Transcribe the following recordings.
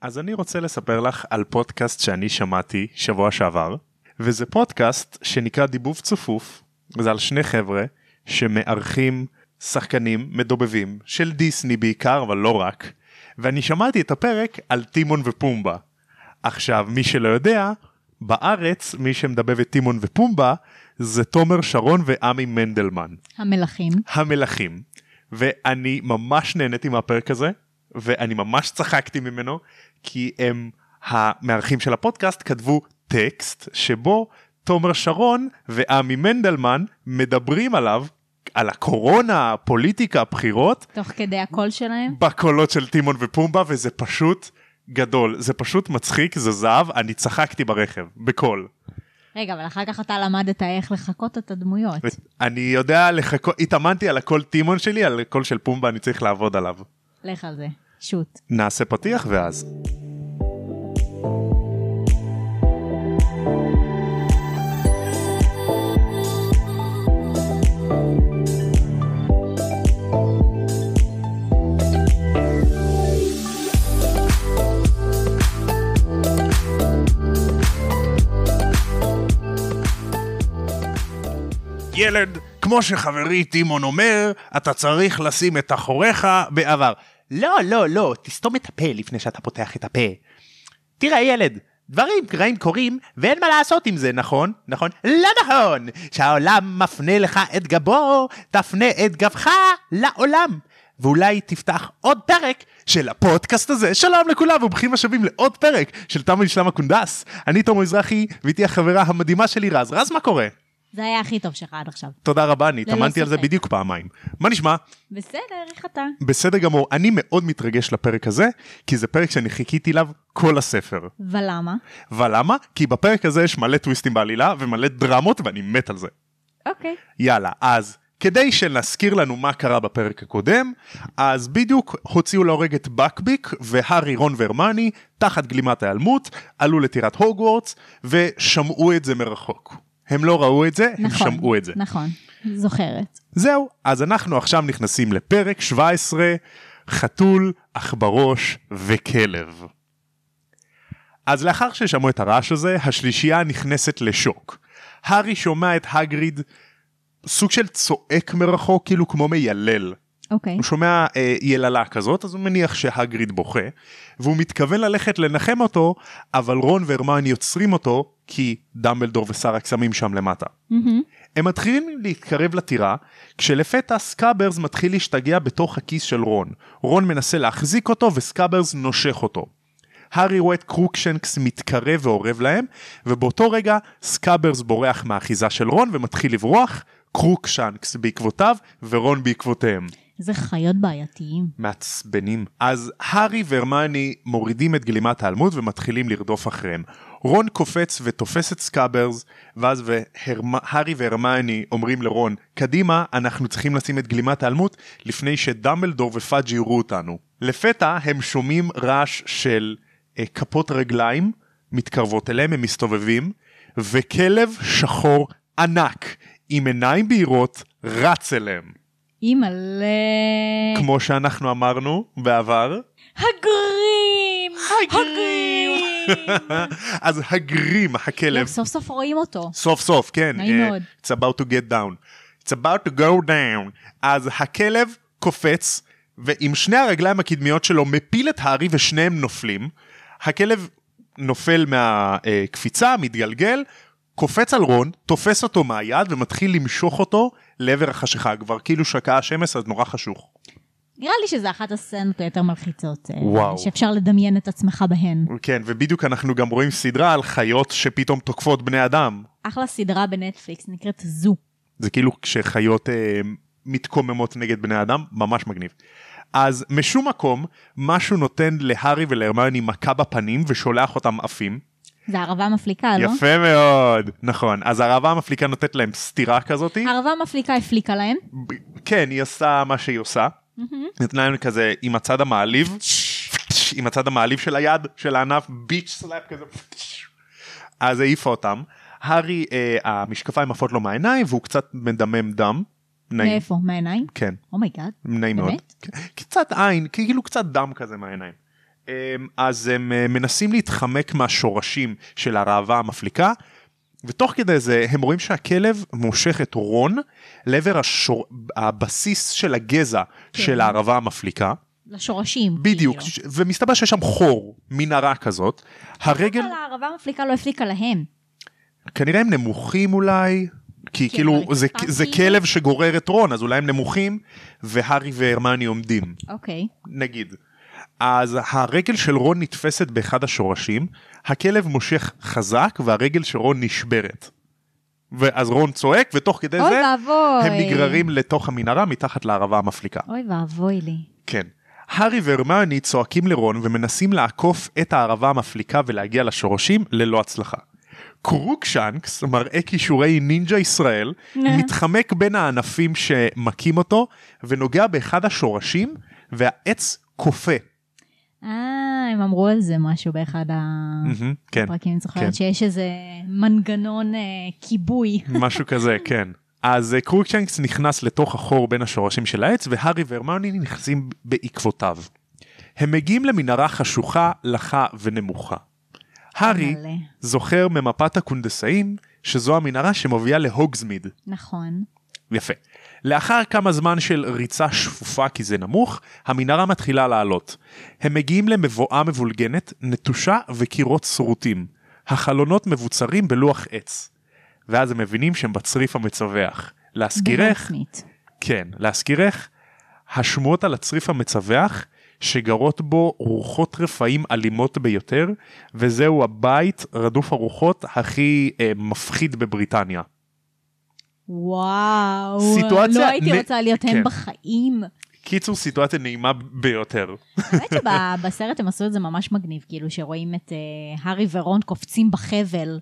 אז אני רוצה לספר לך על פודקאסט שאני שמעתי שבוע שעבר, וזה פודקאסט שנקרא דיבוב צפוף, זה על שני חבר'ה שמארחים שחקנים מדובבים של דיסני בעיקר, אבל לא רק, ואני שמעתי את הפרק על טימון ופומבה. עכשיו, מי שלא יודע, בארץ מי שמדבב את טימון ופומבה זה תומר שרון ועמי מנדלמן, המלכים. המלכים. ואני ממש נהניתי מהפרק הזה, ואני ממש צחקתי ממנו, כי הם, המארחים של הפודקאסט, כתבו טקסט שבו תומר שרון ועמי מנדלמן מדברים עליו, על הקורונה, הפוליטיקה, הבחירות, תוך כדי הקול שלהם. בקולות של טימון ופומבה, וזה פשוט גדול, זה פשוט מצחיק, זה זהב, אני צחקתי ברכב, בקול. רגע, אבל אחר כך אתה למדת איך לחקות את הדמויות. אני יודע לחכות, התאמנתי על הקול טימון שלי, על הקול של פומבה אני צריך לעבוד עליו. לך על זה, שוט. נעשה פתיח ואז. ילד, כמו שחברי טימון אומר, אתה צריך לשים את אחוריך בעבר. לא, לא, לא, תסתום את הפה לפני שאתה פותח את הפה. תראה ילד, דברים רעים קורים ואין מה לעשות עם זה, נכון? נכון? לא נכון! שהעולם מפנה לך את גבו, תפנה את גבך לעולם. ואולי תפתח עוד פרק של הפודקאסט הזה. שלום לכולם וברוכים השבים לעוד פרק של תם ונשלם הקונדס. אני תום מזרחי ואיתי החברה המדהימה שלי רז. רז, מה קורה? זה היה הכי טוב שלך עד עכשיו. תודה רבה, אני ללא התאמנתי על זה ספק. בדיוק פעמיים. מה נשמע? בסדר, איך אתה? בסדר גמור, אני מאוד מתרגש לפרק הזה, כי זה פרק שאני חיכיתי אליו כל הספר. ולמה? ולמה? כי בפרק הזה יש מלא טוויסטים בעלילה ומלא דרמות ואני מת על זה. אוקיי. יאללה, אז כדי שנזכיר לנו מה קרה בפרק הקודם, אז בדיוק הוציאו להורג את בקביק והארי רון והרמני, תחת גלימת ההיעלמות, עלו לטירת הוגוורטס ושמעו את זה מרחוק. הם לא ראו את זה, הם נכון. שמעו את זה. נכון, זוכרת. זהו, אז אנחנו עכשיו נכנסים לפרק 17, חתול, עכברוש וכלב. אז לאחר ששמעו את הרעש הזה, השלישייה נכנסת לשוק. הארי שומע את הגריד סוג של צועק מרחוק, כאילו כמו מיילל. אוקיי. הוא שומע אה, יללה כזאת, אז הוא מניח שהגריד בוכה, והוא מתכוון ללכת לנחם אותו, אבל רון והרמן יוצרים אותו, כי דמבלדור ושר הקסמים שם למטה. מהמם. הם מתחילים להתקרב לטירה, כשלפתע סקאברס מתחיל להשתגע בתוך הכיס של רון. רון מנסה להחזיק אותו וסקאברס נושך אותו. הארי רואה את קרוקשנקס מתקרב ואורב להם, ובאותו רגע סקאברס בורח מהאחיזה של רון ומתחיל לברוח, קרוקשנקס בעקבותיו ורון בעקבותיהם. זה חיות בעייתיים. מעצבנים. אז הארי והרמני מורידים את גלימת ההיעלמות ומתחילים לרדוף אחריהם. רון קופץ ותופס את סקאברס, ואז והרמ... הארי והרמני אומרים לרון, קדימה, אנחנו צריכים לשים את גלימת ההיעלמות לפני שדמבלדור ופאג' יראו אותנו. לפתע הם שומעים רעש של אה, כפות רגליים מתקרבות אליהם, הם מסתובבים, וכלב שחור ענק עם עיניים בהירות רץ אליהם. אימא'לה. כמו שאנחנו אמרנו בעבר, הגרים! אז הגרים הכלב לא, סוף סוף רואים אותו. סוף סוף כן נעים אה, מאוד. it's about to get down it's about to go down אז הכלב קופץ ועם שני הרגליים הקדמיות שלו מפיל את הארי ושניהם נופלים הכלב נופל מהקפיצה מתגלגל קופץ על רון תופס אותו מהיד ומתחיל למשוך אותו לעבר החשיכה כבר כאילו שקעה השמש אז נורא חשוך. נראה לי שזה אחת הסצנות היותר מלחיצות. אה, וואו. שאפשר לדמיין את עצמך בהן. כן ובדיוק אנחנו גם רואים סדרה על חיות שפתאום תוקפות בני אדם אחלה סדרה בנטפליקס, נקראת זו. זה כאילו כשחיות אה, מתקוממות נגד בני אדם, ממש מגניב. אז משום מקום, משהו נותן להארי ולהרמיוני מכה בפנים ושולח אותם עפים. זה ערבה מפליקה, לא? יפה מאוד, נכון. אז הרבה המפליקה נותנת להם סטירה כזאת. ערבה מפליקה הפליקה להם. ב- כן, היא עושה מה שהיא עושה. מהמם. נתנה להם כזה עם הצד המעליב, עם הצד המעליב של היד, של הענף, ביץ' סלאפ כזה. אז העיפה אותם. הארי, אה, המשקפיים עפות לו מהעיניים והוא קצת מדמם דם. נעים. מאיפה? מהעיניים? Oh כן. אומייגאד. נעים מאוד. כן. באמת? ק- קצת עין, כאילו קצת דם כזה מהעיניים. אמ, אז הם אה, מנסים להתחמק מהשורשים של הראווה המפליקה, ותוך כדי זה הם רואים שהכלב מושך את רון לעבר השור... הבסיס של הגזע כן. של הערבה המפליקה. לשורשים. בדיוק, כאילו. ש- ומסתבר שיש שם חור, מנהרה כזאת. הרגל, אבל הערבה המפליקה לא הפליקה להם. כנראה הם נמוכים אולי, כי כן, כאילו הרצפה זה, זה כאילו. כלב שגורר את רון, אז אולי הם נמוכים, והארי והרמני עומדים. אוקיי. נגיד. אז הרגל של רון נתפסת באחד השורשים, הכלב מושך חזק והרגל של רון נשברת. ואז רון צועק ותוך כדי אוי זה ואבוי. הם נגררים לתוך המנהרה מתחת לערבה המפליקה. אוי ואבוי לי. כן. הארי והרמיוני צועקים לרון ומנסים לעקוף את הערבה המפליקה ולהגיע לשורשים ללא הצלחה. קרוקשנקס מראה כישורי נינג'ה ישראל, נה. מתחמק בין הענפים שמכים אותו ונוגע באחד השורשים והעץ קופא. אה, הם אמרו על זה משהו באחד הפרקים, מהמם, כן, אני זוכרת כן. שיש איזה מנגנון אה, כיבוי. משהו כזה, כן. אז אה, קרוקשנקס נכנס לתוך החור בין השורשים של העץ, והארי והרמיוני נכנסים בעקבותיו. הם מגיעים למנהרה חשוכה, לחה ונמוכה. הארי מלא. זוכר ממפת הקונדסאים שזו המנהרה שמובילה להוגזמיד. נכון. יפה. לאחר כמה זמן של ריצה שפופה כי זה נמוך, המנהרה מתחילה לעלות. הם מגיעים למבואה מבולגנת, נטושה וקירות שרוטים. החלונות מבוצרים בלוח עץ. ואז הם מבינים שהם בצריף המצווח. להזכירך, ברסמית. כן, להזכירך, השמועות על הצריף המצווח שגרות בו רוחות רפאים אלימות ביותר, וזהו הבית רדוף הרוחות הכי אה, מפחיד בבריטניה. וואו. סיטואציה- לא הייתי נ- רוצה להיות כן. הם בחיים. קיצור, סיטואציה נעימה ביותר. האמת שבסרט הם עשו את זה ממש מגניב, כאילו שרואים את אה, הארי ורון קופצים בחבל.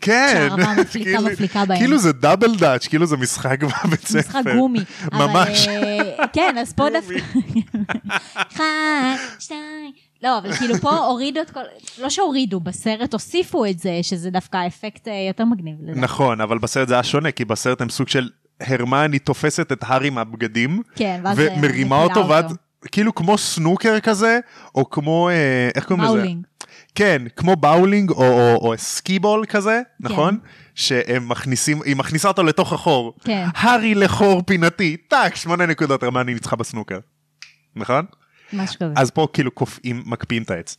כן, כשהערבה מפליקה, כאילו- מפליקה בהם. כאילו זה דאבל דאץ', כאילו זה משחק בבית ספר. משחק גומי. אבל, ממש. אה, כן, אז פה דווקא... אחד, שתיים. לא, אבל כאילו פה הורידו את כל... לא שהורידו, בסרט הוסיפו את זה, שזה דווקא אפקט אה, יותר מגניב. לדעתי. נכון, אבל בסרט זה היה שונה, כי בסרט הם סוג של הרמני תופסת את הארי מהבגדים, כן, ואז... אה, ומרימה מפילה אותו, ואת... כאילו כמו סנוקר כזה, או כמו, אה, איך קוראים לזה? באולינג. כן, כמו באולינג או, או, או סקיבול כזה, כן. נכון? שהם מכניסים, היא מכניסה אותו לתוך החור. כן. הארי לחור פינתי, טאק, שמונה נקודות, הרמני ניצחה בסנוקר. נכון? משהו כזה. אז פה כאילו קופאים, מקפיאים את העץ.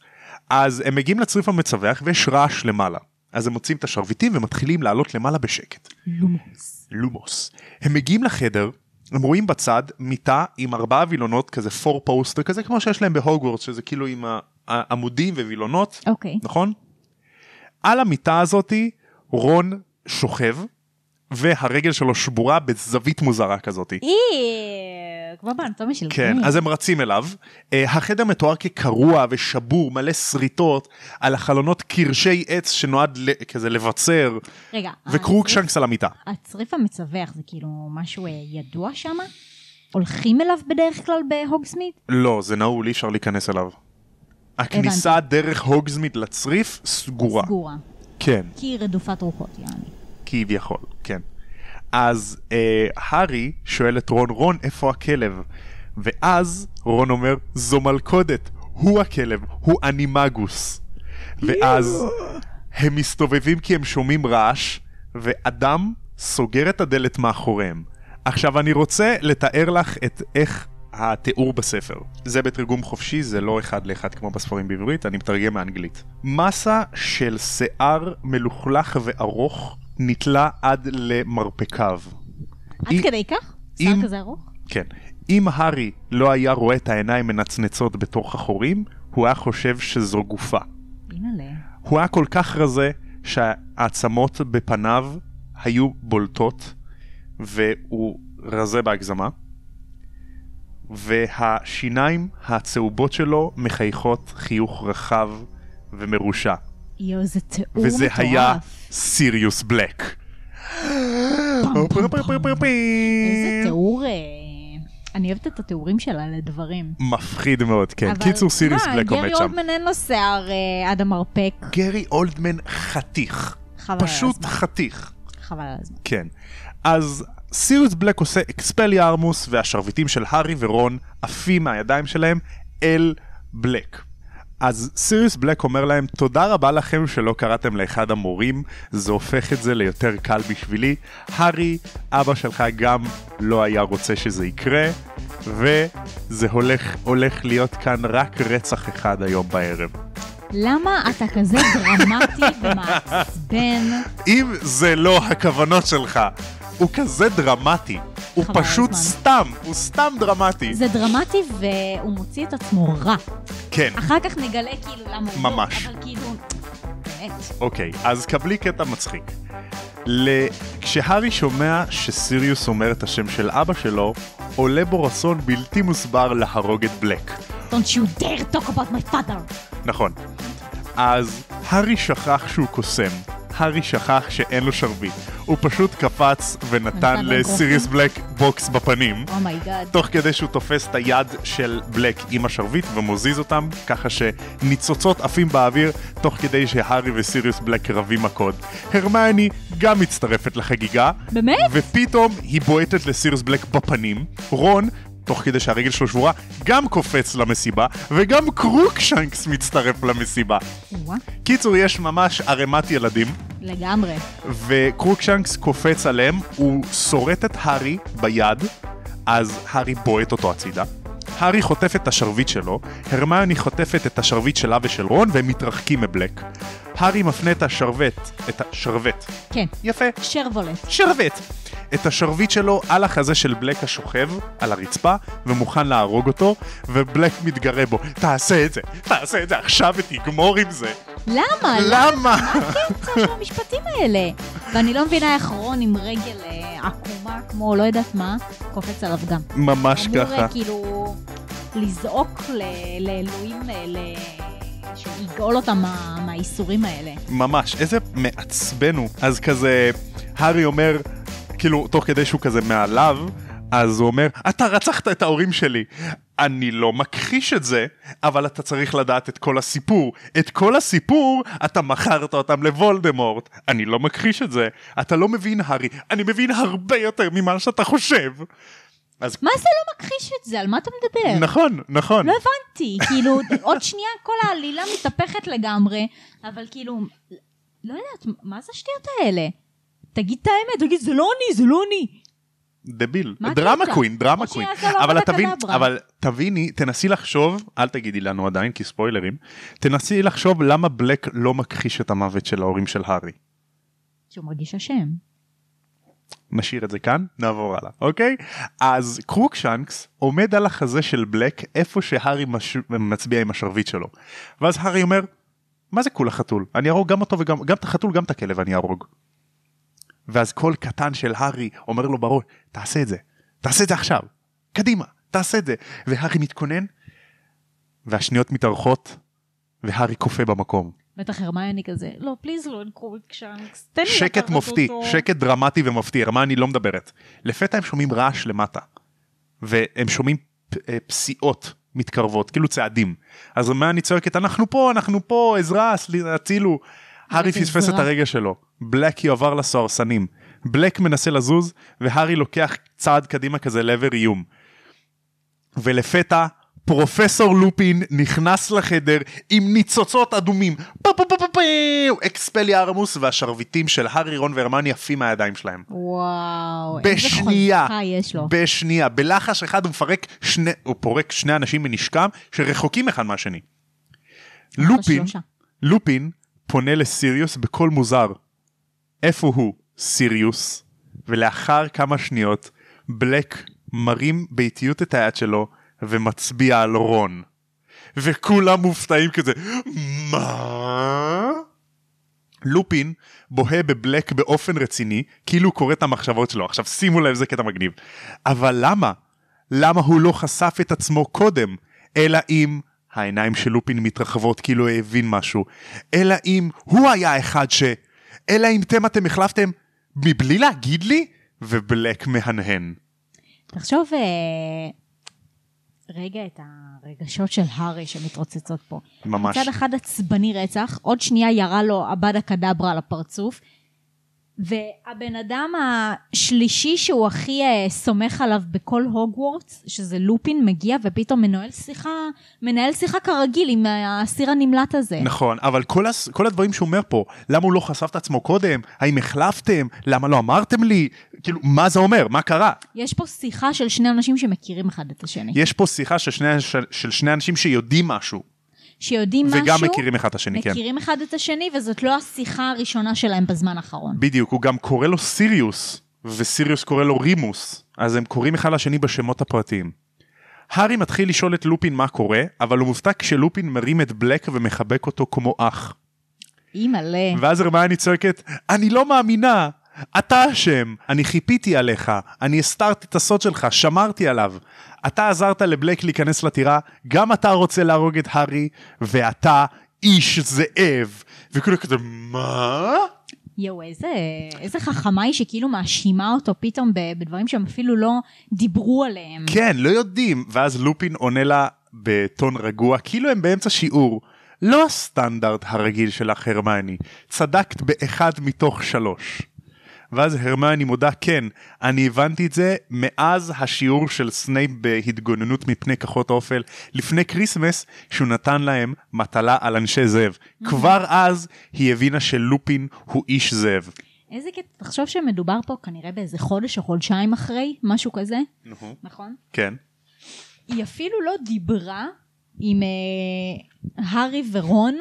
אז הם מגיעים לצריף המצווח ויש רעש למעלה. אז הם מוצאים את השרביטים ומתחילים לעלות למעלה בשקט. לומוס. לומוס. הם מגיעים לחדר, הם רואים בצד מיטה עם ארבעה וילונות, כזה 4 פוסטר, כזה כמו שיש להם בהוגוורטס, שזה כאילו עם ה- העמודים ווילונות, אוקיי. נכון? על המיטה הזאתי רון שוכב, והרגל שלו שבורה בזווית מוזרה כזאתי. אי, אה, כמו באנטומיה של כן, גמי. אז הם רצים אליו. אה, החדר מתואר כקרוע ושבור, מלא שריטות, על החלונות קרשי עץ שנועד ל- כזה לבצר, רגע. אה, וקרוקשנקס על המיטה. הצריף המצווח זה כאילו משהו אה, ידוע שם? הולכים אליו בדרך כלל בהוגסמית? לא, זה נעול, אי אפשר להיכנס אליו. הכניסה דרך הוגזמיד לצריף סגורה. סגורה. כן. כי רדופת רוחות, יעני. כביכול, כן. אז אה, הארי שואל את רון, רון, איפה הכלב? ואז רון אומר, זו מלכודת, הוא הכלב, הוא אנימגוס. ואז הם מסתובבים כי הם שומעים רעש, ואדם סוגר את הדלת מאחוריהם. עכשיו אני רוצה לתאר לך את איך התיאור בספר. זה בתרגום חופשי, זה לא אחד לאחד כמו בספרים בעברית, אני מתרגם מאנגלית. מסה של שיער מלוכלך וארוך נתלה עד למרפקיו. עד אם- כדי כך? אם- שיער כזה ארוך? כן. אם הארי לא היה רואה את העיניים מנצנצות בתוך החורים, הוא היה חושב שזו גופה. אימא'לה. הוא היה כל כך רזה שהעצמות בפניו היו בולטות והוא רזה בהגזמה והשיניים הצהובות שלו מחייכות חיוך רחב ומרושע יואו, זה תיאור מטורף. וזה היה סיריוס בלק. איזה תיאור... אה, אני אוהבת את התיאורים שלה לדברים. מפחיד מאוד, כן. אבל- קיצור סיריוס מה, בלק עומד גרי שם. אולדמן אין לו שיער אה, עד המרפק. גרי אולדמן חתיך, חבל על פשוט הזמן. חתיך. חבל על הזמן. כן. אז סיריוס בלק עושה אקספלי ארמוס והשרביטים של הארי ורון עפים מהידיים שלהם אל בלק. אז סיריוס בלק אומר להם, תודה רבה לכם שלא קראתם לאחד המורים, זה הופך את זה ליותר קל בשבילי. הארי, אבא שלך גם לא היה רוצה שזה יקרה, וזה הולך, הולך להיות כאן רק רצח אחד היום בערב. למה אתה כזה דרמטי ומעצבן? אם זה לא הכוונות שלך, הוא כזה דרמטי. הוא חבל על פשוט הזמן. סתם, הוא סתם דרמטי. זה דרמטי והוא מוציא את עצמו רע. כן. אחר כך נגלה כאילו למה הוא לא, ממש. אבל כאילו, באמת. אוקיי, אז קבלי קטע מצחיק. ל... כשהארי שומע שסיריוס אומר את השם של אבא שלו, עולה בו רצון בלתי מוסבר להרוג את בלק. Don't you dare talk about my father. נכון. אז הארי שכח שהוא קוסם. הארי שכח שאין לו שרביט. הוא פשוט קפץ ונתן נתן לו לסיריוס אגרופים. בלק בוקס בפנים. אומייגאד. תוך כדי שהוא תופס את היד של בלק עם השרביט ומזיז אותם, ככה שניצוצות עפים באוויר, תוך כדי שהארי וסיריוס בלק רבים מכות. הרמיוני גם מצטרפת לחגיגה. באמת? ופתאום היא בועטת לסיריוס בלק בפנים. רון, תוך כדי שהרגל שלו שבורה, גם קופץ למסיבה, וגם קרוקשנקס מצטרף למסיבה. וואו, קיצור, יש ממש ערימת ילדים. לגמרי. וקרוקשנקס קופץ עליהם, הוא שורט את הארי ביד, אז הארי בועט אותו הצידה. הארי חוטף את השרביט שלו, הרמיוני חוטפת את השרביט שלה ושל רון, והם מתרחקים מבלק. הארי מפנה את השרבט, את השרבט, כן. יפה, שרוולט. שרבט, את השרביט שלו על החזה של בלק השוכב, על הרצפה, ומוכן להרוג אותו, ובלק מתגרה בו, תעשה את זה, תעשה את זה עכשיו ותגמור עם זה. למה? לא. למה? הקטע של המשפטים האלה. ואני לא מבינה איך רון עם רגל אה, עקומה כמו לא יודעת מה, קופץ עליו גם. ממש אמור ככה. אה, כאילו לזעוק ל- לאלוהים, אה, ל- שיגאול אותם מה- מהייסורים האלה. ממש, איזה מעצבן הוא. אז כזה, הארי אומר, כאילו, תוך כדי שהוא כזה מעליו, אז הוא אומר, אתה רצחת את ההורים שלי. אני לא מכחיש את זה, אבל אתה צריך לדעת את כל הסיפור. את כל הסיפור, אתה מכרת אותם לוולדמורט. אני לא מכחיש את זה. אתה לא מבין, הארי. אני מבין הרבה יותר ממה שאתה חושב. אז מה זה לא מכחיש את זה? על מה אתה מדבר? נכון, נכון. לא הבנתי, כאילו, עוד שנייה כל העלילה מתהפכת לגמרי, אבל כאילו, לא יודעת, מה זה השטויות האלה? תגיד את האמת, תגיד, זה לא אני, זה לא אני. דביל. מה דרמה הקטע? קווין, דרמה או קווין. שיעשה לו אבל עבודה תבין, קדברה. אבל תביני, תנסי לחשוב, אל תגידי לנו עדיין כי ספוילרים, תנסי לחשוב למה בלק לא מכחיש את המוות של ההורים של הארי. שהוא מרגיש אשם. נשאיר את זה כאן, נעבור הלאה, אוקיי? אז קרוקשנקס עומד על החזה של בלק איפה שהארי מש... מצביע עם השרביט שלו. ואז הארי אומר, מה זה כולה חתול? אני אהרוג גם אותו וגם גם את החתול, גם את הכלב אני אהרוג. ואז קול קטן של הארי אומר לו בראש, תעשה את זה, תעשה את זה עכשיו, קדימה, תעשה את זה. והארי מתכונן, והשניות מתארכות, והארי קופא במקום. בטח הרמיוני כזה, לא, פליז לא, אין קרוקשנקס, תן לי שקט לקחת מופתי, אותו." שקט דרמטי ומפתיע, מה אני לא מדברת. לפתע הם שומעים רעש למטה, והם שומעים פ- אה, פסיעות מתקרבות, כאילו צעדים. אז מה אני צועקת, אנחנו פה, אנחנו פה, עזרה, סל- הצילו. הארי עזרה. פספס את הרגע שלו, בלק יועבר לסוהרסנים. בלק מנסה לזוז, והארי לוקח צעד קדימה כזה לעבר איום. ולפתע פרופסור לופין נכנס לחדר עם ניצוצות אדומים. פה פה פה פה פה אקספליארמוס והשרביטים של הארי רון והרמני עפים מהידיים שלהם. וואו, איזה בשנייה, חוזקה יש לו. בשנייה, בלחש אחד הוא מפרק שני, הוא פורק שני אנשים מנשקם שרחוקים אחד מהשני. לופין, שלושה. לופין פונה לסיריוס בקול מוזר. איפה הוא, סיריוס? ולאחר כמה שניות, בלק מרים באיטיות את היד שלו ומצביע על רון. וכולם מופתעים כזה, מה? לופין בוהה בבלק באופן רציני, כאילו הוא קורא את המחשבות שלו. עכשיו שימו לב, זה קטע מגניב. אבל למה? למה הוא לא חשף את עצמו קודם? אלא אם העיניים של לופין מתרחבות כאילו הבין משהו. אלא אם הוא היה אחד ש... אלא אם אתם אתם החלפתם מבלי להגיד לי? ובלק מהנהן. תחשוב אה, רגע את הרגשות של הארי שמתרוצצות פה. ממש. מצד אחד עצבני רצח, עוד שנייה ירה לו הבדה קדברה על הפרצוף, והבן אדם השלישי שהוא הכי אה, סומך עליו בכל הוגוורטס, שזה לופין, מגיע ופתאום מנהל שיחה, מנהל שיחה כרגיל עם אה, האסיר הנמלט הזה. נכון, אבל כל, הס... כל הדברים שהוא אומר פה, למה הוא לא חשף את עצמו קודם, האם החלפתם, למה לא אמרתם לי, כאילו, מה זה אומר, מה קרה? יש פה שיחה של שני אנשים שמכירים אחד את השני. יש פה שיחה של שני, של, של שני אנשים שיודעים משהו, שיודעים משהו, וגם מכירים אחד את השני, כן. מכירים אחד את השני, וזאת לא השיחה הראשונה שלהם בזמן האחרון. בדיוק, הוא גם קורא לו סיריוס, וסיריוס קורא לו רימוס, אז הם קוראים אחד לשני בשמות הפרטיים. הארי מתחיל לשאול את לופין מה קורה, אבל הוא מופתע כשלופין מרים את בלק ומחבק אותו כמו אח. אימא'לה. ואז הרמיוני צועקת, אני לא מאמינה, אתה אשם, אני חיפיתי עליך, אני הסתרתי את הסוד שלך, שמרתי עליו. אתה עזרת לבלק להיכנס לטירה, גם אתה רוצה להרוג את הארי, ואתה איש זאב. וכאילו כזה, מה? יואו, איזה, איזה חכמה היא שכאילו מאשימה אותו פתאום ב- בדברים שהם אפילו לא דיברו עליהם. כן, לא יודעים. ואז לופין עונה לה בטון רגוע, כאילו הם באמצע שיעור. לא הסטנדרט הרגיל שלך, הרמני. צדקת באחד מתוך שלוש. ואז הרמני מודה, כן, אני הבנתי את זה מאז השיעור של סנייפ בהתגוננות מפני כוחות האופל, לפני כריסמס, שהוא נתן להם מטלה על אנשי זאב. כבר אז היא הבינה שלופין הוא איש זאב. איזה קטע, תחשוב שמדובר פה כנראה באיזה חודש או חודשיים אחרי, משהו כזה, נכון? כן. היא אפילו לא דיברה עם אה, הארי ורון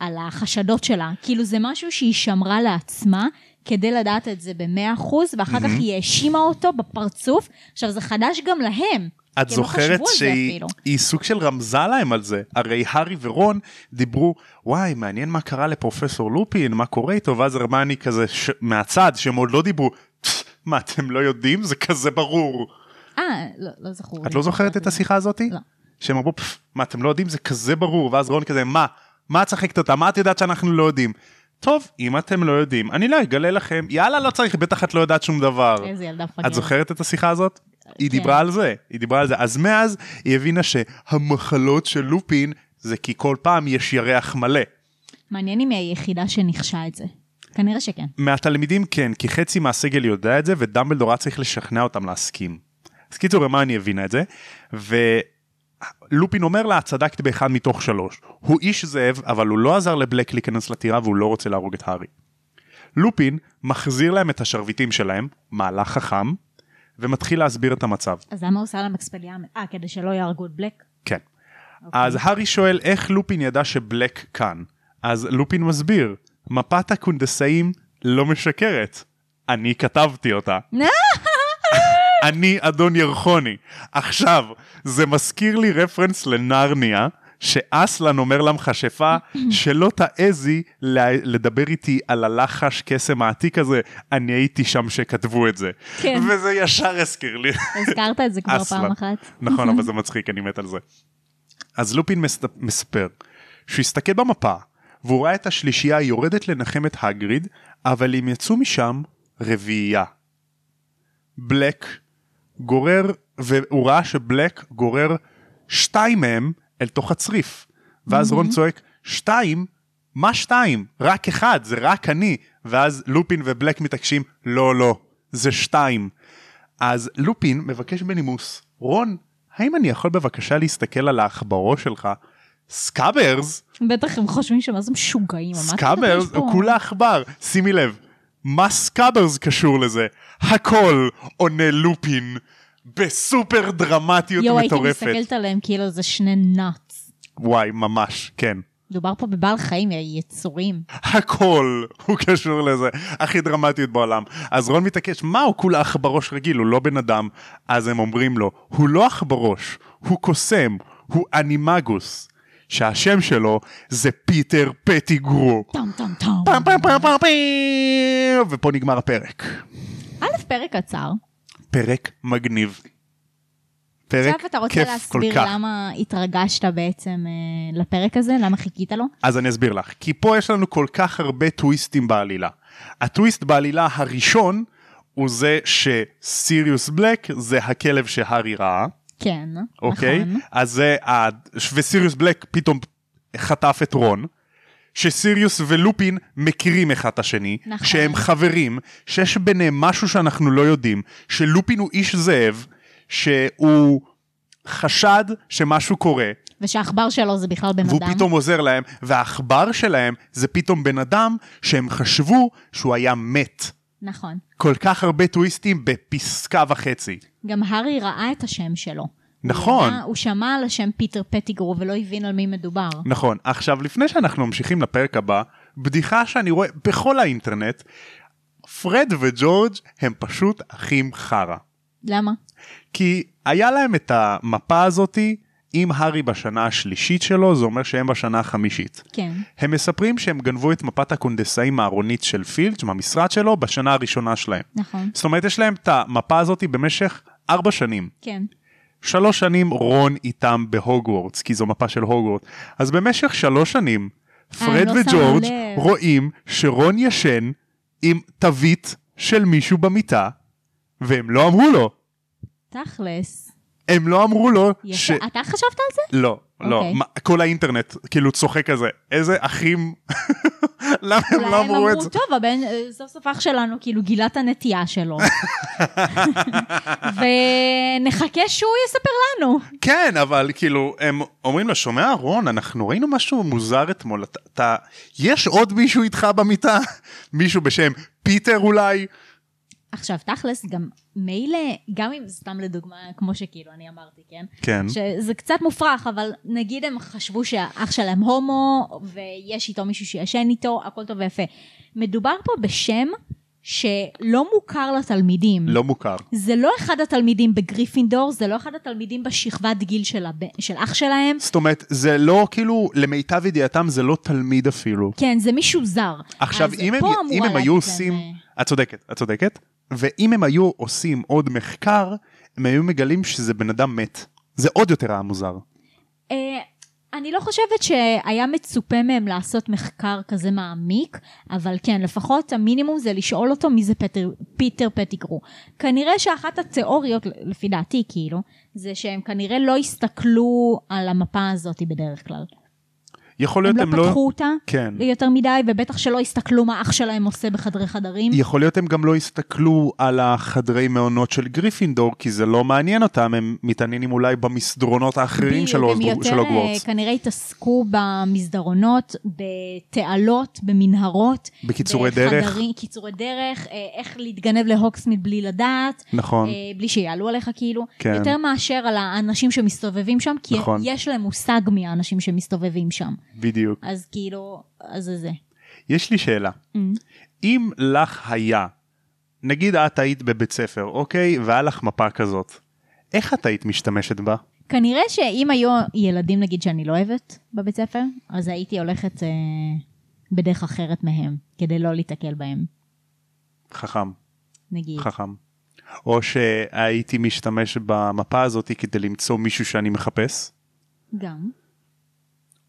על החשדות שלה. כאילו זה משהו שהיא שמרה לעצמה כדי לדעת את זה במאה אחוז, ואחר כך היא האשימה אותו בפרצוף. עכשיו זה חדש גם את להם. כי הם לא זוכרת חשבו על זה שהיא אפילו. היא סוג של רמזה להם על זה, הרי הארי ורון דיברו, וואי, מעניין מה קרה לפרופסור לופין, מה קורה איתו, ואז הרמני כזה ש... מהצד, שהם עוד לא דיברו, "פס, מה, אתם לא יודעים? זה כזה ברור. אה, לא, לא זכור. את לי. לא זוכרת את השיחה הזאתי? לא. שהם אמרו, "פס, מה, אתם לא יודעים? זה כזה ברור, ואז רון כזה, מה? מה את שחקת אותה? מה את יודעת שאנחנו לא יודעים? טוב, אם אתם לא יודעים, אני לא אגלה לכם, יאללה, לא צריך, בטח את לא יודעת שום דבר. איזה ילדה את מפגרת. זוכרת את השיחה הזאת? היא דיברה על זה, היא דיברה על זה. אז מאז היא הבינה שהמחלות של לופין זה כי כל פעם יש ירח מלא. מעניין אם היא היחידה שניחשה את זה. כנראה שכן. מהתלמידים כן, כי חצי מהסגל יודע את זה, ודמבלדור היה צריך לשכנע אותם להסכים. אז קיצור, רמני הבינה את זה, ולופין אומר לה, "את צדקת באחד מתוך שלוש. הוא איש זאב, אבל הוא לא עזר לבלק להיכנס לטירה והוא לא רוצה להרוג את הארי. לופין מחזיר להם את השרביטים שלהם, מהלך חכם, ומתחיל להסביר את המצב. אז למה הוא עושה להם אקספליאמר? אה, כדי שלא יהרגו את בלק? כן. אוקיי. אז הארי שואל איך לופין ידע שבלק כאן. אז לופין מסביר, מפת הקונדסאים לא משקרת. אני כתבתי אותה. אני אדון ירחוני. עכשיו, זה מזכיר לי רפרנס לנרניה, שאסלן אומר למכשפה שלא תעזי ל- לדבר איתי על הלחש קסם העתיק הזה, אני הייתי שם שכתבו את זה. כן. וזה ישר הזכיר לי. הזכרת את זה כבר פעם אחת. נכון, אבל זה מצחיק, אני מת על זה. אז לופין מס- מספר שהוא הסתכל במפה, והוא ראה את השלישייה יורדת לנחם את הגריד, אבל הם יצאו משם רביעייה. בלק גורר, והוא ראה שבלק גורר שתיים מהם אל תוך הצריף. ואז רון צועק, שתיים? מה שתיים? רק אחד, זה רק אני. ואז לופין ובלק מתעקשים, לא, לא, זה שתיים. אז לופין מבקש בנימוס, רון, האם אני יכול בבקשה להסתכל על העכברו שלך? סקאברס, בטח הם חושבים שמה זה משוגעים. מה אתה סקאברס, מדבר פה? הוא כולה עכבר, שימי לב, מה סקאברס קשור לזה? הכל עונה לופין בסופר דרמטיות יואו, הייתי מטורפת. מסתכלת עליהם כאילו זה שני נאץ. וואי, ממש, כן. מדובר פה בבעל חיים, יצורים. הכל הוא קשור לזה, הכי דרמטיות בעולם. אז רון מתעקש, מה הוא כולה עכברוש רגיל, הוא לא בן אדם. אז הם אומרים לו, הוא לא עכברוש, הוא קוסם, הוא אנימגוס, שהשם שלו זה פיטר פטיגרו. טם טם טם. פעם פעם פעם פעם פעם, ופה נגמר הפרק. א', פרק קצר. פרק מגניב. פרק עכשיו אתה רוצה כיף כל להסביר כך. למה התרגשת בעצם אה, לפרק הזה? למה חיכית לו? אז אני אסביר לך, כי פה יש לנו כל כך הרבה טוויסטים בעלילה. הטוויסט בעלילה הראשון הוא זה שסיריוס בלק זה הכלב שהארי ראה, כן, אוקיי? נכון. אז זה, ה- וסיריוס בלק פתאום חטף את רון, שסיריוס ולופין מכירים אחד את השני, נכון. שהם חברים, שיש ביניהם משהו שאנחנו לא יודעים, שלופין הוא איש זאב, שהוא חשד שמשהו קורה, ושהעכבר שלו זה בכלל בן אדם. והוא פתאום עוזר להם, והעכבר שלהם זה פתאום בן אדם שהם חשבו שהוא היה מת. נכון. כל כך הרבה טוויסטים בפסקה וחצי. גם הארי ראה את השם שלו. נכון. הוא ידע- הוא שמע על השם פיטר פטיגרו ולא הבין על מי מדובר. נכון, עכשיו לפני שאנחנו ממשיכים לפרק הבא, בדיחה שאני רואה בכל האינטרנט, פרד וג'ורג' הם פשוט אחים חרא. למה? כי היה להם את המפה הזאתי עם הארי בשנה השלישית שלו, זה אומר שהם בשנה החמישית. כן. הם מספרים שהם גנבו את מפת הקונדסאים מהארונית של פילץ', מהמשרד שלו, בשנה הראשונה שלהם. נכון. זאת אומרת, יש להם את המפה הזאתי במשך ארבע שנים. כן. שלוש שנים רון איתם בהוגוורטס, כי זו מפה של הוגוורטס. אז במשך שלוש שנים, פרד לא שמה וג'ורג' לב. רואים שרון ישן עם תווית של מישהו במיטה, והם לא אמרו לו. תכלס. הם לא אמרו לו ש... יפה. אתה חשבת על זה? לא, לא, אוקיי. מה- כל האינטרנט כאילו צוחק כזה, איזה אחים, למה הם אולי לא אמרו את זה? טוב, הבן, אה, סוף סוף אח שלנו, כאילו, גילה את הנטייה שלו. ונחכה שהוא יספר לנו. כן, אבל כאילו, הם אומרים לו, שומע רון, אנחנו ראינו משהו מוזר אתמול, אתה, אתה, יש עוד מישהו איתך במיטה? מישהו בשם פיטר אולי? עכשיו, תכלס, גם מילא, גם אם, סתם לדוגמה, כמו שכאילו אני אמרתי, כן? כן. שזה קצת מופרך, אבל נגיד הם חשבו שהאח שלהם הומו, ויש איתו מישהו שישן איתו, הכל טוב ויפה. מדובר פה בשם שלא מוכר לתלמידים. לא מוכר. זה לא אחד התלמידים בגריפינדור, זה לא אחד התלמידים בשכבת גיל של, הב... של אח שלהם. זאת אומרת, זה לא כאילו, למיטב ידיעתם זה לא תלמיד אפילו. כן, זה מישהו זר. עכשיו, אז אם הם, פה אמורה אם הם להגיד היו להם, עושים, אה, את צודקת, את צודקת, ואם הם היו עושים עוד מחקר, הם היו מגלים שזה בן אדם מת. זה עוד יותר היה מוזר. אה, אני לא חושבת שהיה מצופה מהם לעשות מחקר כזה מעמיק, אבל כן, לפחות המינימום זה לשאול אותו מי זה פטר, פיטר פטיגרו. כנראה שאחת התיאוריות, לפי דעתי כאילו, זה שהם כנראה לא הסתכלו על המפה הזאת בדרך כלל. יכול הם להיות הם לא פתחו אותה כן. יותר מדי, ובטח שלא הסתכלו מה אח שלהם עושה בחדרי חדרים. יכול להיות הם גם לא הסתכלו על החדרי מעונות של גריפינדור, כי זה לא מעניין אותם, הם מתעניינים אולי במסדרונות האחרים של בדיוק, הוגו- של הם יותר אה, הוגוורטס. כנראה התעסקו במסדרונות, בתעלות, במנהרות. בקיצורי בחדרים- דרך. קיצורי דרך, אה, איך להתגנב להוקסמיד בלי לדעת, נכון. אה, בלי שיעלו עליך כאילו. כן. יותר מאשר על האנשים שמסתובבים שם, כי נכון. יש להם מושג מי האנשים שמסתובבים שם. בדיוק. אז כאילו, אז זה זה. יש לי שאלה. Mm. אם לך היה, נגיד את היית בבית ספר, אוקיי, והיה לך מפה כזאת, איך את היית משתמשת בה? כנראה שאם היו ילדים נגיד שאני לא אוהבת בבית ספר, אז הייתי הולכת אה, בדרך אחרת מהם, כדי לא להיתקל בהם, חכם, נגיד. חכם. או שהייתי משתמש במפה הזאת כדי למצוא מישהו שאני מחפש, גם.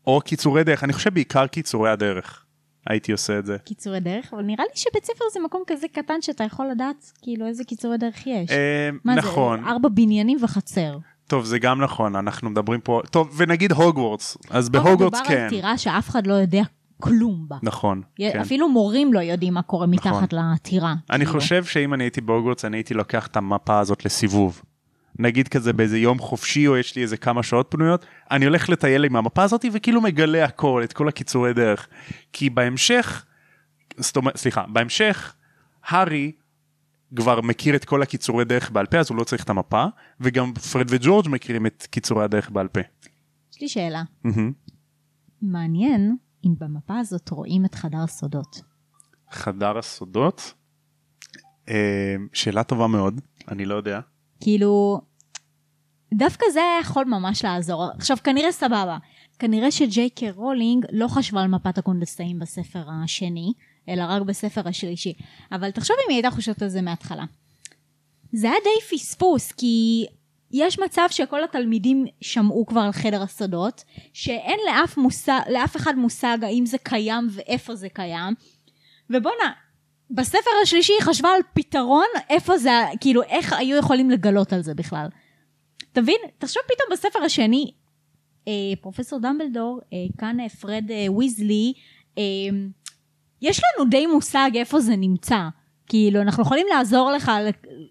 או קיצורי דרך, אני חושב בעיקר קיצורי הדרך. הייתי עושה את זה. קיצורי דרך, אבל נראה לי שבית ספר זה מקום כזה קטן שאתה יכול לדעת כאילו איזה קיצורי דרך יש. אה, מה נכון, זה, ארבע בניינים וחצר. טוב זה גם נכון, אנחנו מדברים פה, טוב ונגיד הוגוורטס, אז אבל בהוגוורטס אוקיי, מדובר כן, על טירה שאף אחד לא יודע כלום בה. נכון, י- כן. אפילו מורים לא יודעים מה קורה מתחת נכון. לטירה. אני כאילו. חושב שאם אני הייתי בהוגוורטס אני הייתי לוקח את המפה הזאת לסיבוב, נגיד כזה באיזה יום חופשי או יש לי איזה כמה שעות פנויות, אני הולך לטייל עם המפה הזאת וכאילו מגלה הכל, את כל הקיצורי דרך, כי בהמשך, זאת אומרת, סליחה, בהמשך, הארי כבר מכיר את כל הקיצורי דרך בעל פה אז הוא לא צריך את המפה, וגם פרד וג'ורג' מכירים את קיצורי הדרך בעל פה. יש לי שאלה. מהמם. מעניין אם במפה הזאת רואים את חדר הסודות. חדר הסודות? אה, שאלה טובה מאוד, אני לא יודע. כאילו, דווקא זה היה יכול ממש לעזור. עכשיו, כנראה סבבה. כנראה שג'יי קיי רולינג לא חשבה על מפת הקונדסאים בספר השני, אלא רק בספר השלישי. אבל תחשוב אם היא הייתה חושבת על זה מההתחלה. זה היה די פספוס, כי יש מצב שכל התלמידים שמעו כבר על חדר הסודות, שאין לאף, מושג, לאף אחד מושג האם זה קיים ואיפה זה קיים, ובואנה, בספר השלישי היא חשבה על פתרון איפה זה, כאילו איך היו יכולים לגלות על זה בכלל. תבין, תחשוב פתאום בספר השני, אה, פרופסור דמבלדור, אה, כאן אה, פרד אה, ויזלי, אה, יש לנו די מושג איפה זה נמצא. כאילו, אנחנו יכולים לעזור לך ל-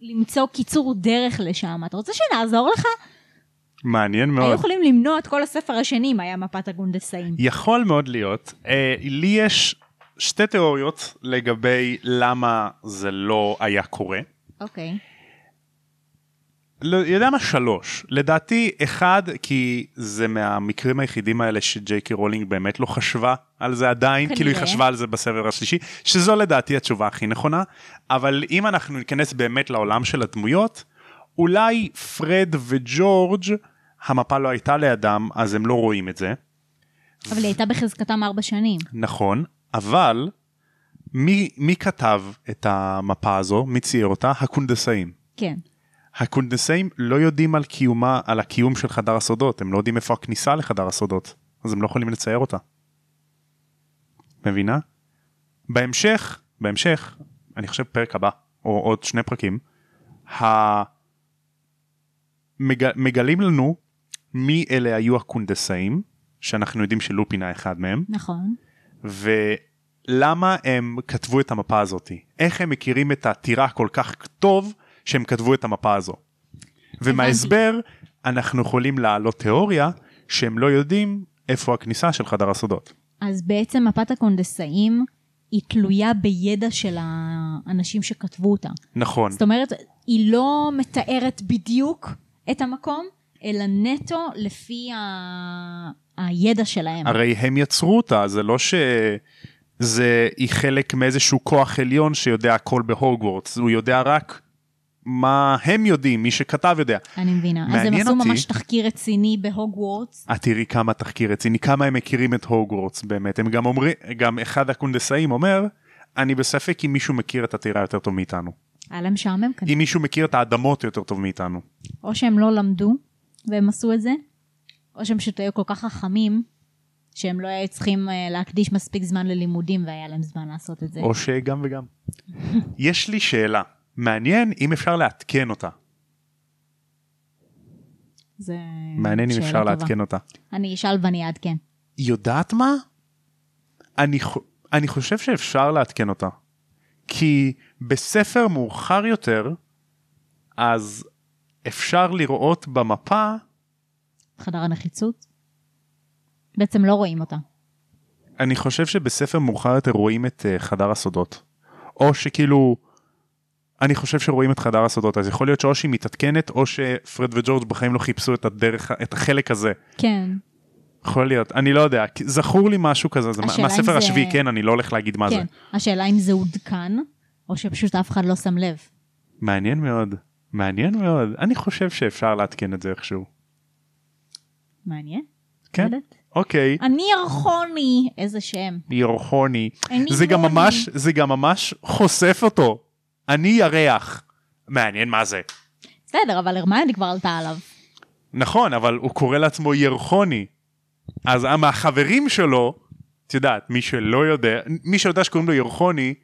למצוא קיצור דרך לשם. אתה רוצה שנעזור לך? מעניין היו מאוד. יכולים למנוע את כל הספר השני אם היה מפת הגונדסאים. יכול מאוד להיות. אה, לי יש שתי תיאוריות לגבי למה זה לא היה קורה. אוקיי. לא, יודע מה שלוש לדעתי אחד כי זה מהמקרים היחידים האלה שג'יי קי רולינג באמת לא חשבה על זה עדיין כנראה. כאילו היא חשבה על זה בסבב השלישי שזו לדעתי התשובה הכי נכונה אבל אם אנחנו ניכנס באמת לעולם של הדמויות אולי פרד וג'ורג' המפה לא הייתה לידם אז הם לא רואים את זה אבל היא הייתה בחזקתם ארבע שנים. נכון אבל מי, מי כתב את המפה הזו מי צייר אותה הקונדסאים. כן. הקונדנסאים לא יודעים על קיומה, על הקיום של חדר הסודות, הם לא יודעים איפה הכניסה לחדר הסודות, אז הם לא יכולים לצייר אותה. מבינה? בהמשך, בהמשך, אני חושב פרק הבא, או עוד שני פרקים, ה... מג... מגלים לנו מי אלה היו הקונדסאים, שאנחנו יודעים שלופין היה אחד מהם, נכון. ולמה הם כתבו את המפה הזאת, איך הם מכירים את העתירה כל כך טוב שהם כתבו את המפה הזו. ומההסבר אנחנו יכולים להעלות תיאוריה שהם לא יודעים איפה הכניסה של חדר הסודות. אז בעצם מפת הקונדסאים היא תלויה בידע של האנשים שכתבו אותה. נכון, זאת אומרת, היא לא מתארת בדיוק את המקום, אלא נטו לפי ה... הידע שלהם. הרי הם יצרו אותה, זה לא ש... זה, היא חלק מאיזשהו כוח עליון שיודע הכל בהוגוורטס, הוא יודע רק מה הם יודעים, מי שכתב יודע. אני מבינה. אז הם מעניין עשו אותי- ממש תחקיר רציני בהוגוורטס. את "אה, תראי כמה תחקיר רציני, כמה הם מכירים את הוגוורטס באמת, הם גם אומרים, גם אחד הקונדסאים אומר, אני בספק אם מישהו מכיר את הטירה יותר טוב מאיתנו, היה להם משעמם כנראה. אם מישהו מכיר את האדמות יותר טוב מאיתנו. או שהם לא למדו והם עשו את זה, או שהם פשוט היו כל כך חכמים, שהם לא היו צריכים אה, להקדיש מספיק זמן ללימודים והיה להם זמן לעשות את זה. או שגם וגם. יש לי שאלה, מעניין אם אפשר לעדכן אותה, זה מעניין אם שאלה אפשר טובה. לעדכן אותה. אני אשאל ואני אעדכן. יודעת מה? אני, חו- אני חושב שאפשר לעדכן אותה. כי בספר מאוחר יותר, אז אפשר לראות במפה חדר הנחיצות? בעצם לא רואים אותה. אני חושב שבספר מאוחר יותר רואים את אה, חדר הסודות. או שכאילו, אני חושב שרואים את חדר הסודות, אז יכול להיות שאו שהיא מתעדכנת, או שפרד וג'ורג' בחיים לא חיפשו את הדרך, את החלק הזה. כן. יכול להיות, אני לא יודע, כי זכור לי משהו כזה, זה מה- השאלה אם מהספר זה- השביעי, כן, אני לא הולך להגיד מה זה. כן. השאלה אם זה עודכן, או שפשוט אף אחד לא שם לב. מעניין מאוד, מעניין מאוד, אני חושב שאפשר לעדכן את זה איכשהו. מעניין. כן? לא יודעת. אוקיי, אני ירחוני! איזה שם. ירחוני. אני זה גם רוני. ממש, זה גם ממש חושף אותו. אני ירח. מעניין מה זה. בסדר, אבל הרמיוני כבר עלתה עליו. נכון, אבל הוא קורא לעצמו ירחוני. אז מהחברים שלו, את יודעת, מי שלא יודע, מי שיודע שקוראים לו ירחוני,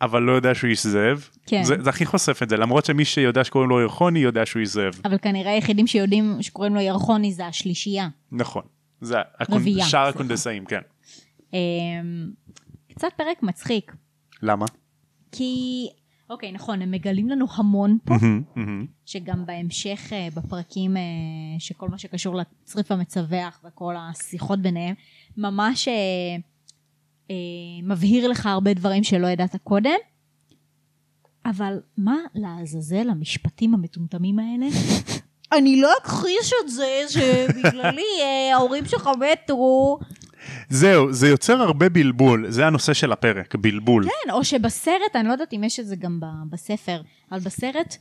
אבל לא יודע שהוא איש זאב, כן. זה, זה הכי חושף את זה, למרות שמי שיודע שקוראים לו ירחוני, יודע שהוא איש זאב. אבל כנראה היחידים שיודעים שקוראים לו ירחוני זה השלישייה. נכון. זה הקונ... רביעייה, שאר סליחה. הקונדסאים, כן. אמ, קצת פרק מצחיק, למה? כי... אוקיי, נכון, הם מגלים לנו המון פה, מהמם, מהמם. שגם בהמשך, אה, בפרקים אה, שכל מה שקשור לצריף המצווח וכל השיחות ביניהם, ממש אה, אה, מבהיר לך הרבה דברים שלא ידעת קודם. אבל מה לעזאזל המשפטים המטומטמים האלה? אני לא אכחיש את זה שבגללי אה, ההורים שלך מתו. זהו, זה יוצר הרבה בלבול, זה הנושא של הפרק, בלבול. כן, או שבסרט, אני לא יודעת אם יש את זה גם ב- בספר, אבל בסרט,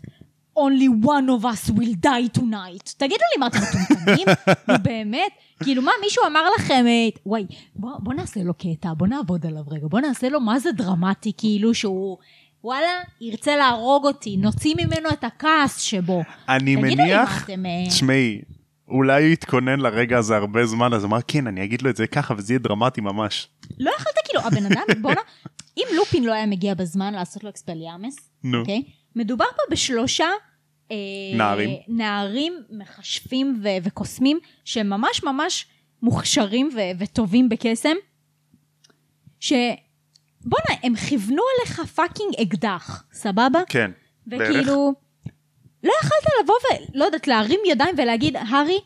only one of us will die tonight. תגידו לי, מה אתם מטומטמים? נו באמת? כאילו מה, מישהו אמר לכם, אה, וואי, בוא, בוא נעשה לו קטע, בוא נעבוד עליו רגע, בוא נעשה לו מה זה דרמטי, כאילו שהוא, וואלה, ירצה להרוג אותי, נוציא ממנו את הכעס שבו. אני תגידו לי מה מניח, אתם, אה, תשמעי, אולי הוא התכונן לרגע הזה הרבה זמן, אז אמר, כן, אני אגיד לו את זה ככה, וזה יהיה דרמטי ממש. לא יכולת, כאילו, הבן אדם, בואנה, אם לופין לא היה מגיע בזמן לעשות לו אקספליאמס, נו. אוקיי? מדובר פה בשלושה... אה, נערים. נערים מכשפים ו- וקוסמים, שהם ממש ממש מוכשרים ו- וטובים בקסם, ש... בואנה, הם כיוונו עליך פאקינג אקדח, סבבה? כן. וכאילו, לא יכלת לבוא ולא יודעת, להרים ידיים ולהגיד, הארי,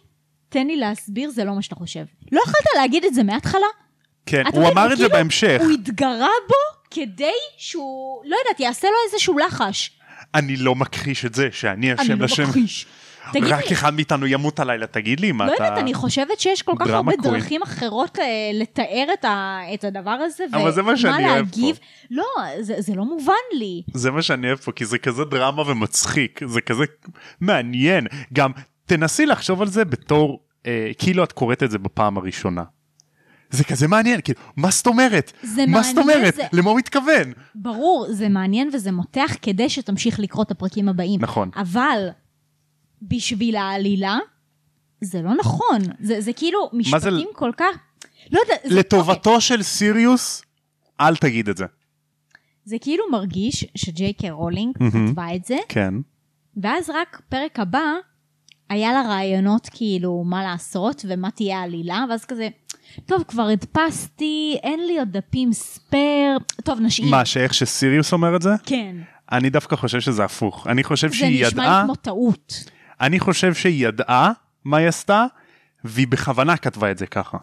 תן לי להסביר, זה לא מה שאתה חושב. לא יכלת להגיד את זה מההתחלה? כן, אתה הוא מבין, אמר את זה וכאילו, בהמשך. הוא התגרה בו כדי שהוא, לא יודעת, יעשה לו איזשהו לחש. אני לא מכחיש את זה, שאני אני אשם לא לשם. מכחיש. תגיד לי, רק אחד מאיתנו ימות הלילה, תגיד לי מה לא אתה... יודעת, אני חושבת שיש כל כך דרמה הרבה קווין. דרכים אחרות אה, לתאר את ה- את הדבר הזה, אבל זה מה ומה שאני אוהב להגיב. פה. לא, זה זה לא מובן לי. זה מה שאני אוהב פה, כי זה כזה דרמה ומצחיק, זה כזה מעניין. גם תנסי לחשוב על זה בתור, אה, כאילו את קוראת את זה בפעם הראשונה. זה כזה מעניין, כאילו, מה זאת אומרת? זה מה זאת מעניין, אומרת? זה- אוקיי. למה הוא מתכוון? ברור, זה מעניין וזה מותח כדי שתמשיך לקרוא את הפרקים הבאים. נכון. אבל בשביל העלילה, זה לא נכון. זה, זה כאילו מה זה- משפטים כל כך... לא יודע, זה, לטובתו של סיריוס, אל תגיד את זה. זה כאילו מרגיש שג'יי קיי רולינג מהמם. כתבה את זה, כן. ואז רק פרק הבא, היה לה רעיונות כאילו מה לעשות ומה תהיה העלילה, ואז כזה, טוב, כבר הדפסתי, אין לי עוד דפים ספייר, טוב, נשאיר. מה, שאיך שסיריוס אומר את זה? כן. אני דווקא חושב שזה הפוך. אני חושב זה שהיא נשמע ידעה, לי כמו טעות. אני חושב שהיא ידעה מה היא עשתה, והיא בכוונה כתבה את זה ככה.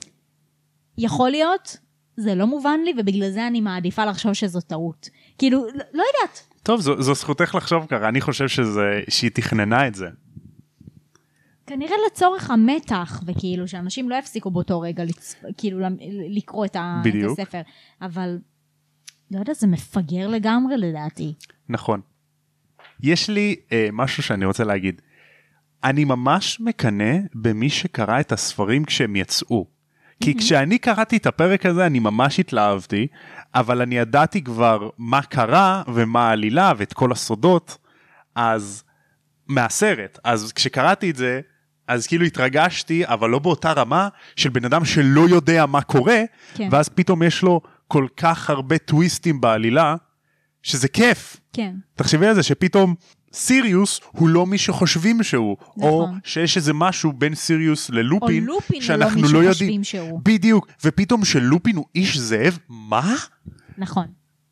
יכול להיות, זה לא מובן לי, ובגלל זה אני מעדיפה לחשוב שזו טעות. כאילו, לא, לא יודעת. טוב, זו, זו זכותך לחשוב ככה, אני חושב שזה, שהיא תכננה את זה. כנראה לצורך המתח, וכאילו שאנשים לא יפסיקו באותו רגע לצ... כאילו למ- לקרוא את, ה... בדיוק. את הספר. אבל, לא יודע, זה מפגר לגמרי לדעתי. נכון. יש לי אה, משהו שאני רוצה להגיד. אני ממש מקנא במי שקרא את הספרים כשהם יצאו. כי כשאני קראתי את הפרק הזה אני ממש התלהבתי, אבל אני ידעתי כבר מה קרה ומה העלילה ואת כל הסודות, אז מהסרט. אז כשקראתי את זה, אז כאילו התרגשתי, אבל לא באותה רמה של בן אדם שלא יודע מה קורה, כן. ואז פתאום יש לו כל כך הרבה טוויסטים בעלילה, שזה כיף. כן. תחשבי על זה שפתאום סיריוס הוא לא מי שחושבים שהוא, נכון. או נכון. שיש איזה משהו בין סיריוס או ללופין, לופין הוא לא שאנחנו מי לא שחושבים יודעים, שהוא. בדיוק, ופתאום שלופין הוא איש זאב, מה? נכון.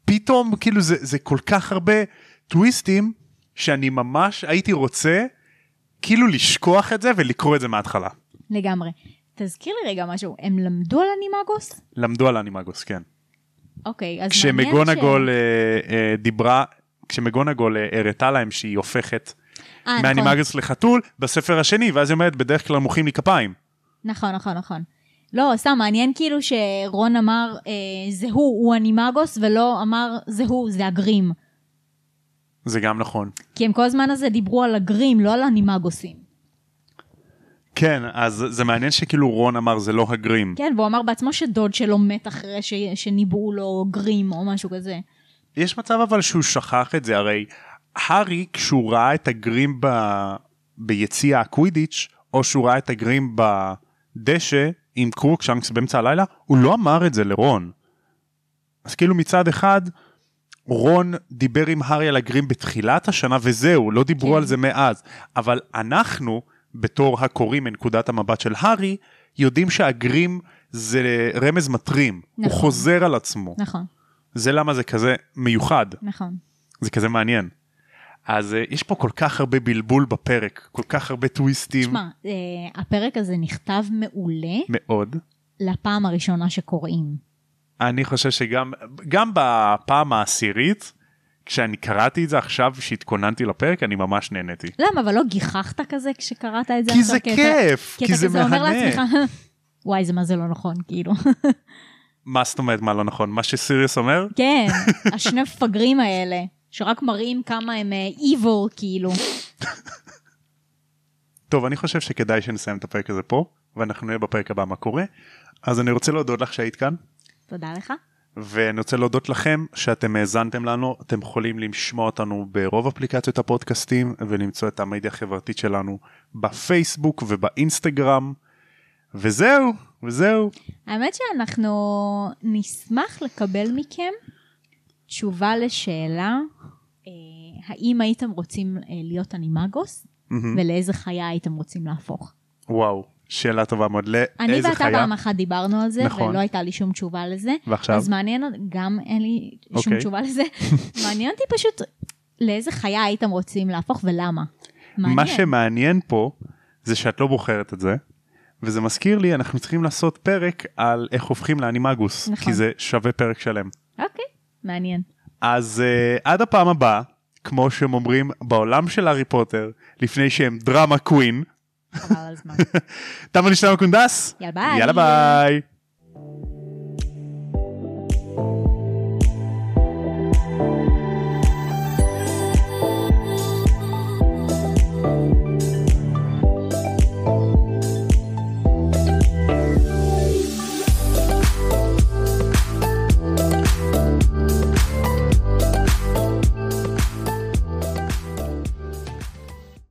פתאום כאילו זה, זה כל כך הרבה טוויסטים שאני ממש הייתי רוצה כאילו לשכוח את זה ולקרוא את זה מההתחלה. לגמרי. תזכיר לי רגע משהו, הם למדו על אנימגוס? למדו על אנימגוס, כן. אוקיי, אז מעניין כשמגונגול אה, אה, דיברה, כשמגונגול אה, הראתה להם שהיא הופכת אה, נכון. מאנימגוס לחתול בספר השני ואז היא אומרת בדרך כלל מוחאים לי כפיים. נכון, נכון, נכון. לא, סתם, מעניין כאילו שרון אמר, אה, זה הוא, הוא אנימגוס, ולא אמר, זה הוא, זה הגרים. זה גם נכון. כי הם כל הזמן הזה דיברו על הגרים, לא על אנימגוסים. כן אז זה מעניין שכאילו רון אמר זה לא הגרים. כן, והוא אמר בעצמו שדוד שלו מת אחרי ש... שניבאו לו גרים או משהו כזה. יש מצב אבל שהוא שכח את זה הרי הארי כשהוא ראה את הגרים ב... ביציע הקווידיץ' או שהוא ראה את הגרים בדשא עם קרוקשנקס באמצע הלילה הוא לא אמר את זה לרון. אז כאילו מצד אחד רון דיבר עם הארי על הגרים בתחילת השנה וזהו, לא דיברו כן. כן. על זה מאז. אבל אנחנו, בתור הקוראים מנקודת המבט של הארי, יודעים שהגרים זה רמז מטרים. נכון. נכון. הוא חוזר על עצמו. נכון. נכון, זה למה זה כזה מיוחד, נכון. זה כזה מעניין. אז אה, יש פה כל כך הרבה בלבול בפרק, כל כך הרבה טוויסטים. תשמע, אה, הפרק הזה נכתב מעולה מאוד. לפעם הראשונה שקוראים. אני חושב שגם גם בפעם העשירית, כשאני קראתי את זה עכשיו, שהתכוננתי לפרק, אני ממש נהניתי. למה, אבל לא גיחכת כזה כשקראת את זה כי עכשיו? זה אתה- כיף, כי כי אתה זה כזה אומר לעצמך, מהנה. וואי, זה מה זה לא נכון, כאילו. מה זאת אומרת מה לא נכון? מה שסיריוס אומר? כן, השני מפגרים האלה, שרק מראים כמה הם איבור, כאילו. טוב, אני חושב שכדאי שנסיים את הפרק הזה פה, ואנחנו נהיה בפרק הבא מה קורה. אז אני רוצה להודות לך שהיית כאן. תודה לך. ואני רוצה להודות לכם שאתם האזנתם לנו, אתם יכולים לשמוע אותנו ברוב אפליקציות הפודקאסטים ולמצוא את המדיה החברתית שלנו בפייסבוק ובאינסטגרם. וזהו, וזהו. האמת שאנחנו נשמח לקבל מכם תשובה לשאלה, אה, האם הייתם רוצים אה, להיות אנימגוס, מהמם. ולאיזה חיה הייתם רוצים להפוך. וואו, שאלה טובה מאוד. לאיזה חיה? אני ואתה פעם אחת דיברנו על זה, נכון. ולא הייתה לי שום תשובה לזה. ועכשיו? אז מעניין, אות- גם אין לי שום אוקיי. תשובה לזה. מעניין אותי פשוט לאיזה חיה הייתם רוצים להפוך ולמה. מה מעניין. שמעניין פה זה שאת לא בוחרת את זה. וזה מזכיר לי אנחנו צריכים לעשות פרק על איך הופכים לאנימגוס נכון. כי זה שווה פרק שלם. אוקיי, מעניין. אז uh, עד הפעם הבאה כמו שהם אומרים בעולם של הארי פוטר לפני שהם דרמה קווין. חבל על הזמן. תמה נשתמע קונדס. יאללה, ביי. יאללה ביי.